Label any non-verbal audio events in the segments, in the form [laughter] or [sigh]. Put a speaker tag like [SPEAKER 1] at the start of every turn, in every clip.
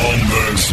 [SPEAKER 1] this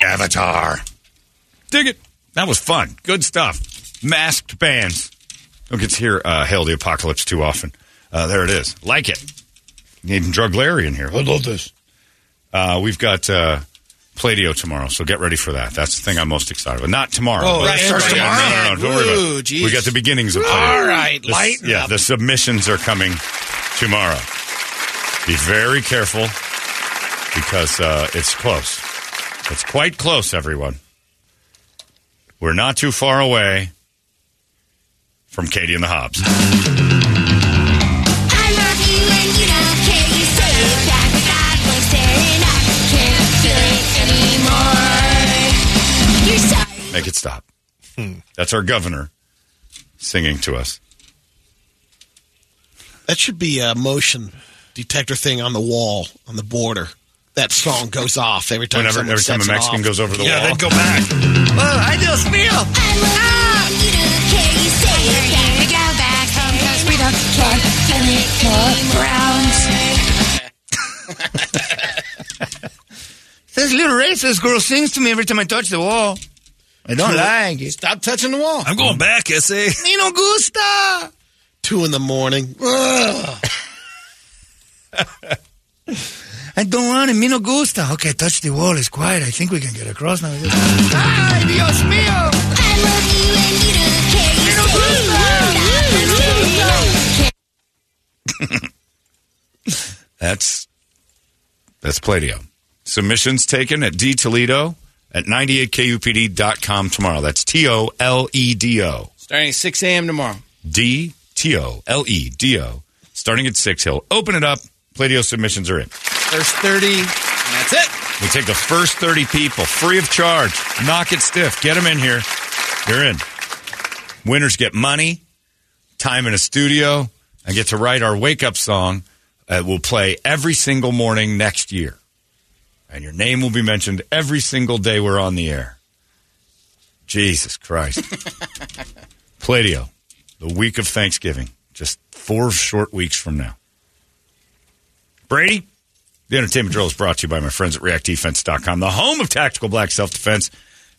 [SPEAKER 2] Avatar. Dig it. That was fun. Good stuff. Masked bands. Don't get to hear uh, Hail the Apocalypse too often. Uh, there it is. Like it. Even Drug Larry in here. I love this. Uh, we've got uh, Playdio tomorrow, so get ready for that. That's the thing I'm most excited about. Not tomorrow.
[SPEAKER 3] Oh,
[SPEAKER 2] but-
[SPEAKER 3] that starts
[SPEAKER 2] Yeah,
[SPEAKER 3] tomorrow?
[SPEAKER 2] No, no, no. Don't worry about
[SPEAKER 3] Ooh,
[SPEAKER 2] it.
[SPEAKER 3] geez.
[SPEAKER 2] We got the beginnings of Playdio.
[SPEAKER 3] All right,
[SPEAKER 2] The-
[SPEAKER 3] lighten
[SPEAKER 2] Yeah,
[SPEAKER 3] up.
[SPEAKER 2] the submissions are coming tomorrow. Be very careful because uh, it's close. It's quite close, everyone. We're not too far away from Katie and the Hobbs.
[SPEAKER 4] I love you and you don't care. You say it back, but I won't stare and I can't feel it anymore. You're sorry.
[SPEAKER 2] Make it stop. That's our governor singing to us.
[SPEAKER 3] That should be a motion detector thing on the wall on the border. That song goes off every time.
[SPEAKER 2] Whenever
[SPEAKER 3] someone
[SPEAKER 2] every time a
[SPEAKER 3] sets it
[SPEAKER 2] Mexican
[SPEAKER 3] off.
[SPEAKER 2] goes over the
[SPEAKER 3] yeah,
[SPEAKER 2] wall,
[SPEAKER 3] then go [laughs] back. I just
[SPEAKER 4] I
[SPEAKER 3] feel.
[SPEAKER 4] love you and you don't care. You say it back, but go back home 'cause we don't care. Feel it anymore.
[SPEAKER 5] This little racist girl sings to me every time I touch the wall. I don't like it.
[SPEAKER 3] Stop touching the wall.
[SPEAKER 6] I'm going back, SA.
[SPEAKER 5] Me no gusta.
[SPEAKER 3] Two in the morning. Ugh.
[SPEAKER 5] I don't want it. Me no gusta. Okay, touch the wall. It's quiet. I think we can get across now. Ay, Dios mío.
[SPEAKER 4] I love you and you don't care. You say it back, but I won't stare.
[SPEAKER 2] That's that's Pladio. Submissions taken at D Toledo at 98kupd.com tomorrow. That's T O L E D O.
[SPEAKER 7] Starting at 6 a.m. tomorrow.
[SPEAKER 2] D T O L E D O. Starting at 6 Hill. Open it up. Pladio submissions are in.
[SPEAKER 7] First 30, and that's it.
[SPEAKER 2] We take the first 30 people free of charge. Knock it stiff. Get them in here. You're in. Winners get money, time in a studio, and get to write our wake up song that we'll play every single morning next year. And your name will be mentioned every single day we're on the air. Jesus Christ. Pladio, the week of Thanksgiving, just four short weeks from now. Brady? The entertainment drill is brought to you by my friends at reactdefense.com, the home of tactical black self defense.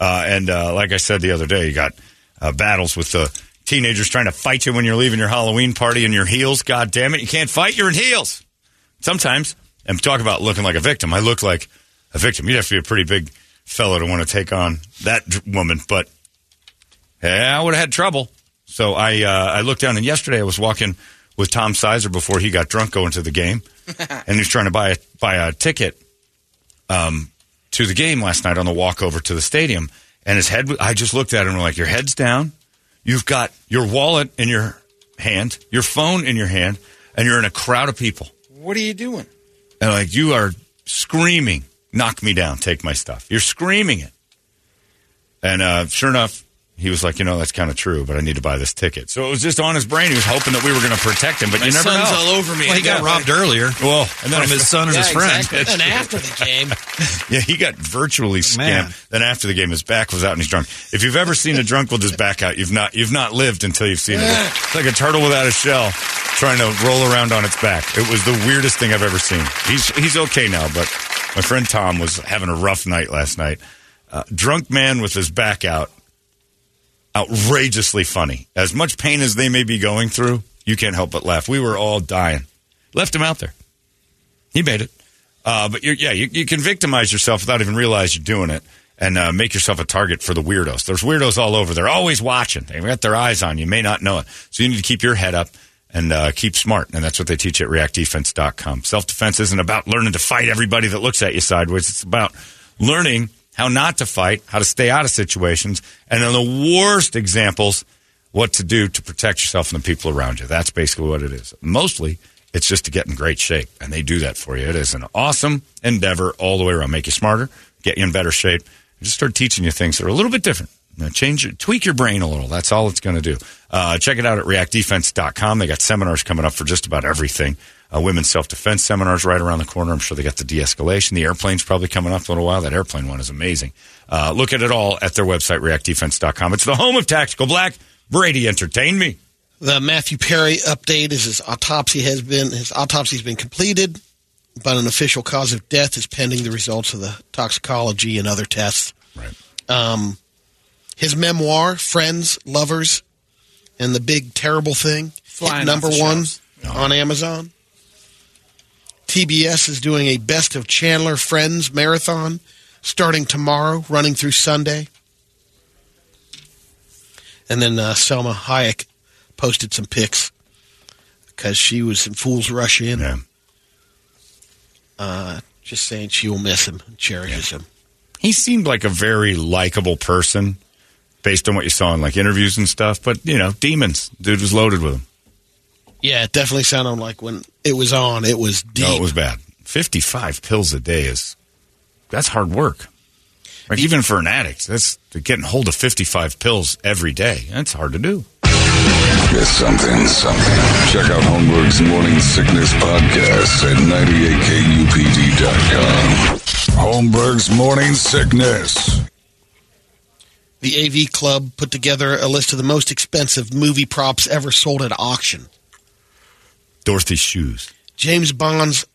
[SPEAKER 2] Uh, and uh, like I said the other day, you got uh, battles with the teenagers trying to fight you when you're leaving your Halloween party in your heels. God damn it, you can't fight, you're in heels. Sometimes, and talk about looking like a victim. I look like a victim. You'd have to be a pretty big fellow to want to take on that dr- woman, but yeah, I would have had trouble. So I uh, I looked down, and yesterday I was walking with Tom Sizer before he got drunk going to the game, and he was trying to buy a, buy a ticket um, to the game last night on the walk over to the stadium. And his head, I just looked at him and like, your head's down. You've got your wallet in your hand, your phone in your hand, and you're in a crowd of people.
[SPEAKER 7] What are you doing?
[SPEAKER 2] And like you are screaming, knock me down, take my stuff. You're screaming it. And uh, sure enough, he was like, you know, that's kind of true, but I need to buy this ticket. So it was just on his brain. He was hoping that we were going to protect him, but you never
[SPEAKER 7] son's
[SPEAKER 2] know.
[SPEAKER 7] all over me.
[SPEAKER 6] Well, he got robbed earlier
[SPEAKER 2] Well, and [laughs] then
[SPEAKER 6] from his son and
[SPEAKER 7] Yeah,
[SPEAKER 6] his friend.
[SPEAKER 7] exactly.
[SPEAKER 3] and after the game,
[SPEAKER 2] [laughs] Yeah, he got virtually scammed.
[SPEAKER 6] Man.
[SPEAKER 2] Then after the game, his back was out and he's drunk. If you've ever seen a drunk with his back out, you've not you've not lived until you've seen it. It's like a turtle without a shell trying to roll around on its back. It was the weirdest thing I've ever seen. He's he's okay now, but my friend Tom was having a rough night last night. Uh, drunk man with his back out, outrageously funny. As much pain as they may be going through, you can't help but laugh. We were all dying. Left him out there. He made it. Uh, but you're, yeah, you, you can victimize yourself without even realize you're doing it and uh, make yourself a target for the weirdos. There's weirdos all over. They're always watching. They've got their eyes on you. You may not know it. So you need to keep your head up and uh, keep smart. And that's what they teach at reactdefense.com. Self defense isn't about learning to fight everybody that looks at you sideways, it's about learning how not to fight, how to stay out of situations, and then the worst examples, what to do to protect yourself and the people around you. That's basically what it is. Mostly, it's just to get in great shape, and they do that for you. It is an awesome endeavor all the way around. Make you smarter, get you in better shape, and just start teaching you things that are a little bit different. You know, change, your- tweak your brain a little. That's all it's going to do. Uh, check it out at reactdefense.com. They got seminars coming up for just about everything. Uh, women's self defense seminars right around the corner. I'm sure they got the de escalation. The airplane's probably coming up in a little while. That airplane one is amazing. Uh, look at it all at their website, reactdefense.com. It's the home of Tactical Black. Brady entertained me.
[SPEAKER 3] The Matthew Perry update is his autopsy has been his autopsy has been completed, but an official cause of death is pending the results of the toxicology and other tests.
[SPEAKER 2] Right.
[SPEAKER 3] Um, his memoir, Friends, Lovers, and the Big Terrible Thing,
[SPEAKER 7] Flying
[SPEAKER 3] hit number
[SPEAKER 7] off the
[SPEAKER 3] one
[SPEAKER 7] shelves.
[SPEAKER 3] on Amazon. TBS is doing a Best of Chandler Friends marathon starting tomorrow, running through Sunday. And then uh, Selma Hayek posted some pics because she was in Fools Rush In,
[SPEAKER 2] Yeah.
[SPEAKER 3] just saying she will miss him and cherishes him.
[SPEAKER 2] He seemed like a very likable person based on what you saw in like interviews and stuff, but you know, demons. Dude was loaded with them.
[SPEAKER 3] Yeah, it definitely sounded like when it was on, it was deep.
[SPEAKER 2] No, Oh, it was bad. 55 pills a day is that's hard work. Like even for an addict, that's getting hold of 55 pills every day. That's hard to do.
[SPEAKER 1] It's something, something. Check out Homeburg's Morning Sickness Podcast at 98kupd.com. Homeburg's Morning Sickness.
[SPEAKER 3] The AV Club put together a list of the most expensive movie props ever sold at auction.
[SPEAKER 2] Dorothy's shoes.
[SPEAKER 3] James Bond's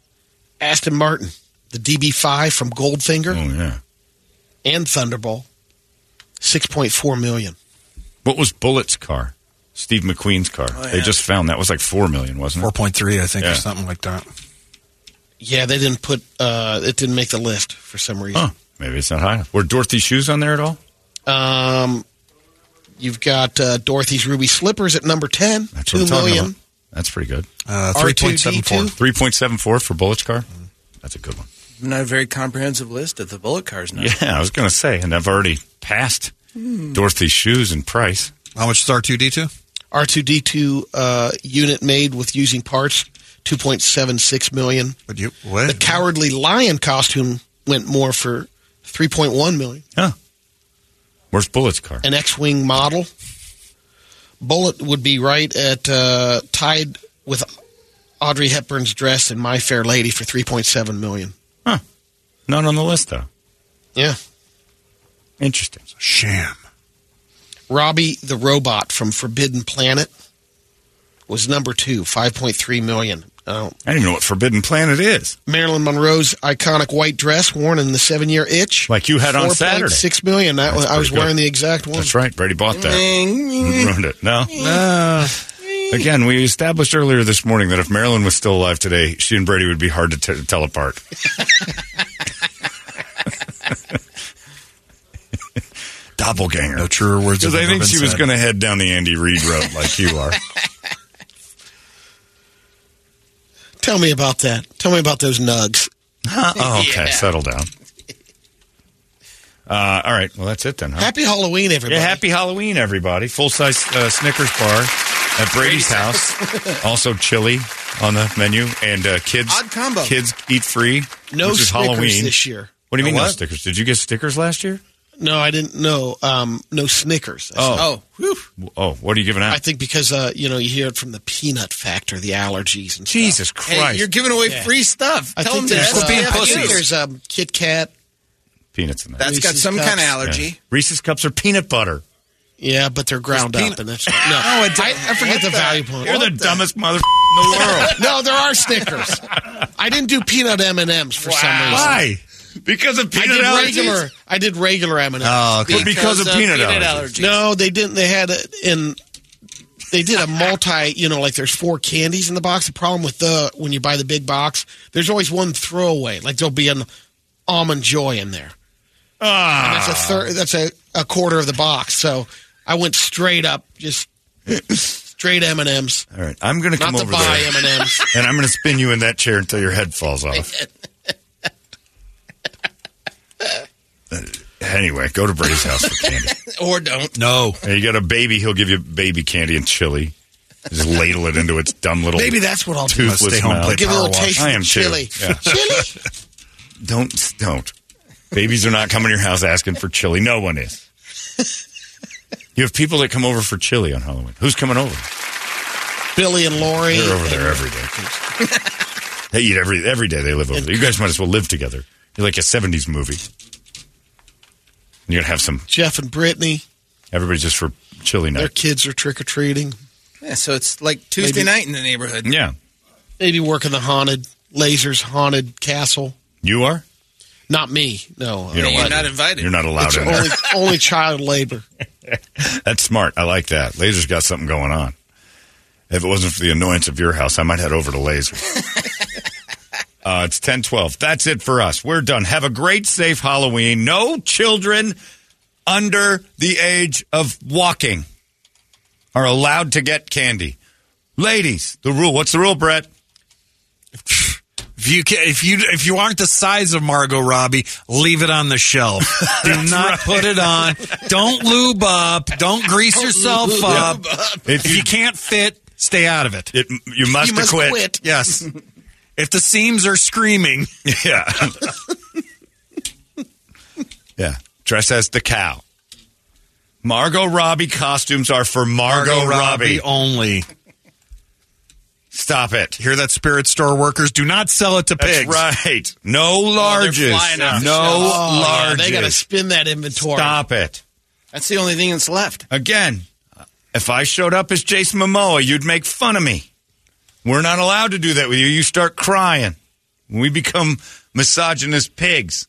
[SPEAKER 3] Aston Martin, the DB5 from Goldfinger
[SPEAKER 2] Oh yeah.
[SPEAKER 3] and Thunderball, 6.4 million.
[SPEAKER 2] What was Bullet's car? Steve McQueen's car.
[SPEAKER 7] Oh,
[SPEAKER 2] They just found that was like 4 million, wasn't it?
[SPEAKER 8] 4.3, I think,
[SPEAKER 2] Yeah.
[SPEAKER 8] or something like that.
[SPEAKER 3] Yeah, they didn't put uh it didn't make the list for some reason.
[SPEAKER 2] Huh. Maybe it's not high enough. Were Dorothy's shoes on there at all?
[SPEAKER 3] Um you've got uh, Dorothy's ruby slippers at number 10,
[SPEAKER 2] That's
[SPEAKER 3] 2
[SPEAKER 2] what I'm talking
[SPEAKER 3] million.
[SPEAKER 2] about. That's pretty good.
[SPEAKER 8] Uh,
[SPEAKER 3] R2D2?
[SPEAKER 8] 3.74.
[SPEAKER 2] 3.74 for Bullet's car. That's a good one.
[SPEAKER 7] Mm-hmm. Not a very comprehensive list of the bullet cars Hmm. now.
[SPEAKER 2] Yeah, I was going to say and I've already passed Dorothy's shoes in price.
[SPEAKER 8] How much is R2D2?
[SPEAKER 3] R2D2 uh unit made with using parts, 2.76 million.
[SPEAKER 8] But you, what?
[SPEAKER 3] The cowardly lion costume went more for 3.1 million.
[SPEAKER 2] Huh. Where's Bullet's car?
[SPEAKER 3] an X-wing model. Bullet would be right at uh, tied with Audrey Hepburn's dress in My Fair Lady for 3.7 million.
[SPEAKER 2] Not on the list, though.
[SPEAKER 3] Yeah.
[SPEAKER 2] Interesting.
[SPEAKER 8] Sham.
[SPEAKER 3] Robbie the robot from Forbidden Planet was number 2, 5.3 million. Oh.
[SPEAKER 2] I don't even know what Forbidden Planet is.
[SPEAKER 3] Marilyn Monroe's iconic white dress worn in the 7-year itch.
[SPEAKER 2] Like you had on Saturday.
[SPEAKER 3] 6 million. That
[SPEAKER 2] That's
[SPEAKER 3] was, I was
[SPEAKER 2] pretty good.
[SPEAKER 3] wearing the exact one.
[SPEAKER 2] That's right. Brady bought that. Ruined it. No. Uh, Again, we established earlier this morning that if Marilyn was still alive today, she and Brady would be hard to t- tell apart. Doppelganger.
[SPEAKER 8] No truer words.
[SPEAKER 2] Because
[SPEAKER 8] have
[SPEAKER 2] I
[SPEAKER 8] ever
[SPEAKER 2] think
[SPEAKER 8] been
[SPEAKER 2] she was
[SPEAKER 8] said.
[SPEAKER 2] going to head down the Andy Reid road like you are.
[SPEAKER 3] Tell me about that. Tell me about those nugs.
[SPEAKER 2] oh, okay. Settle down. Uh, all right. Well, that's it then. Huh?
[SPEAKER 3] Happy Halloween, everybody.
[SPEAKER 2] Yeah, happy Halloween, everybody. Full size uh, Snickers bar at Brady's house. also, chili on the menu and uh, kids.
[SPEAKER 7] Odd combo.
[SPEAKER 2] Kids eat free.
[SPEAKER 3] No
[SPEAKER 2] which is
[SPEAKER 3] Snickers
[SPEAKER 2] Halloween
[SPEAKER 3] this year.
[SPEAKER 2] What do you mean no
[SPEAKER 7] what?
[SPEAKER 2] stickers? Did you get stickers last year?
[SPEAKER 3] No, I didn't know. Um, no Snickers.
[SPEAKER 7] Oh, whew.
[SPEAKER 2] W- Oh, what are you giving out?
[SPEAKER 3] I think because uh, you know you hear it from the peanut factor, the allergies and
[SPEAKER 2] Jesus
[SPEAKER 3] Stuff.
[SPEAKER 2] Christ!
[SPEAKER 7] Hey, you're giving away free stuff.
[SPEAKER 3] I
[SPEAKER 7] Tell them
[SPEAKER 3] think
[SPEAKER 7] to
[SPEAKER 3] there's,
[SPEAKER 7] ask
[SPEAKER 3] uh,
[SPEAKER 7] them
[SPEAKER 3] I
[SPEAKER 7] to
[SPEAKER 3] think
[SPEAKER 7] do it.
[SPEAKER 3] there's um, Kit Kat.
[SPEAKER 2] peanuts in there.
[SPEAKER 7] That's got
[SPEAKER 3] Reese's
[SPEAKER 7] some kind of
[SPEAKER 3] Cups.
[SPEAKER 7] allergy.
[SPEAKER 2] Yeah. Reese's cups are peanut butter.
[SPEAKER 3] Yeah, but they're ground
[SPEAKER 7] There's
[SPEAKER 3] up,
[SPEAKER 7] peanut-
[SPEAKER 3] and that's no.
[SPEAKER 2] Oh,
[SPEAKER 3] I, I forget the, value point.
[SPEAKER 2] You're the,
[SPEAKER 3] [laughs]
[SPEAKER 2] dumbest mother in the world.
[SPEAKER 3] no, there are Snickers. I didn't do peanut M and M's for some reason.
[SPEAKER 2] Why? Because of
[SPEAKER 3] I
[SPEAKER 2] peanut
[SPEAKER 3] did
[SPEAKER 2] allergies.
[SPEAKER 3] regular. I did regular M and M's.
[SPEAKER 8] Oh, okay.
[SPEAKER 2] But because, of peanut, allergies.
[SPEAKER 3] No, they didn't. They had it in. They did [laughs] a multi, you know, like there's four candies in the box. The problem with the when you buy the big box, there's always one throwaway. Like there'll be an almond joy in there. And that's a third. That's a, a quarter of the box. So I went straight up, just straight M and [laughs] M's,
[SPEAKER 2] All right, I'm going to
[SPEAKER 3] not
[SPEAKER 2] come
[SPEAKER 3] the
[SPEAKER 2] over
[SPEAKER 3] buy
[SPEAKER 2] there
[SPEAKER 3] M and [laughs] M's.
[SPEAKER 2] [laughs] and I'm going to spin you in that chair [laughs] until your head falls off. Uh, Anyway, go to Brady's house for [laughs] candy.
[SPEAKER 7] or don't.
[SPEAKER 2] No. And you got a baby, he'll give you baby candy and chili. Just ladle it into its dumb little.
[SPEAKER 3] Maybe that's what I'll do.
[SPEAKER 2] toothless
[SPEAKER 3] Stay home,
[SPEAKER 2] mouth.
[SPEAKER 3] play Give it a Power little Wash. taste
[SPEAKER 2] I
[SPEAKER 3] of
[SPEAKER 2] am
[SPEAKER 3] [laughs] chili.
[SPEAKER 2] Too. Yeah. Don't don't. Babies are not coming to your house asking for chili. No one is. You have people that come over for chili on Halloween. Who's coming over?
[SPEAKER 3] Billy and Lori.
[SPEAKER 2] They're over there every
[SPEAKER 7] [laughs]
[SPEAKER 2] day. they eat every every day. They live over there. You guys might as well live together. You're like a '70s movie. You're gonna have some.
[SPEAKER 3] Jeff and Brittany.
[SPEAKER 2] Everybody's just for chili
[SPEAKER 3] Their
[SPEAKER 2] night.
[SPEAKER 3] kids are trick or treating.
[SPEAKER 7] Yeah, so it's like Tuesday
[SPEAKER 3] Maybe-
[SPEAKER 7] night in the neighborhood.
[SPEAKER 2] Yeah,
[SPEAKER 3] Maybe work in the haunted lasers haunted castle.
[SPEAKER 2] you are.
[SPEAKER 3] Not me. No.
[SPEAKER 2] You don't
[SPEAKER 7] You're
[SPEAKER 2] want
[SPEAKER 7] not
[SPEAKER 2] to.
[SPEAKER 7] invited.
[SPEAKER 2] You're not allowed
[SPEAKER 3] It's
[SPEAKER 2] in there.
[SPEAKER 3] only, only child labor.
[SPEAKER 2] That's smart. I like that. Laser's got something going on. If it wasn't for the annoyance of your house, I might head over to
[SPEAKER 3] [laughs]
[SPEAKER 2] Laser. uh, it's ten twelve. That's it for us. We're done. Have a great, safe Halloween. No children under the age of walking are allowed to get candy. Ladies, the rule. What's the rule, Brett?
[SPEAKER 8] If you can, if you if you aren't the size of Margot Robbie, leave it on the shelf. Do not put it on. Don't lube up. Don't grease yourself up. If you can't fit, stay out of it.
[SPEAKER 2] It, you must,
[SPEAKER 3] You must
[SPEAKER 2] acquit.
[SPEAKER 3] quit.
[SPEAKER 8] Yes. [laughs] If the seams are screaming,
[SPEAKER 2] Yeah. [laughs] yeah. Dress as the cow. Margot Robbie costumes are for Margot, Robbie.
[SPEAKER 8] only.
[SPEAKER 2] Stop it.
[SPEAKER 8] Hear that, spirit store workers? Do not sell it to
[SPEAKER 2] That's
[SPEAKER 8] pigs.
[SPEAKER 2] right. Oh, No larges.
[SPEAKER 7] flying off the
[SPEAKER 2] no
[SPEAKER 7] shelves.
[SPEAKER 3] Oh, yeah,
[SPEAKER 2] larges.
[SPEAKER 3] they got to spin that inventory.
[SPEAKER 2] Stop it.
[SPEAKER 7] That's the only thing that's left.
[SPEAKER 2] Again, if I showed up as Jason Momoa, you'd make fun of me. We're not allowed to do that with you. You start crying. We become misogynist pigs.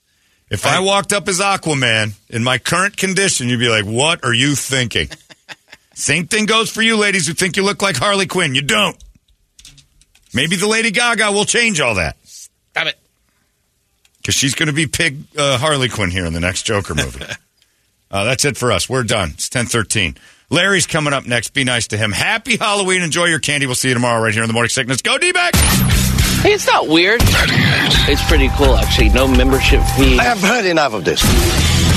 [SPEAKER 2] If I walked up as Aquaman in my current condition, you'd be like, what are you thinking? Same thing goes for you ladies who think you look like Harley Quinn. You don't. Maybe the Lady Gaga will change all that.
[SPEAKER 7] Got it.
[SPEAKER 2] Because she's going to be pig uh, Harley Quinn here in the next Joker movie. uh, that's it for us. We're done. It's ten thirteen. Larry's coming up next. Be nice to him. Happy Halloween. Enjoy your candy. We'll see you tomorrow right here in the morning sickness. Go D back.
[SPEAKER 9] Hey, it's not weird. It's pretty cool, actually. No membership fee.
[SPEAKER 10] have heard enough of this.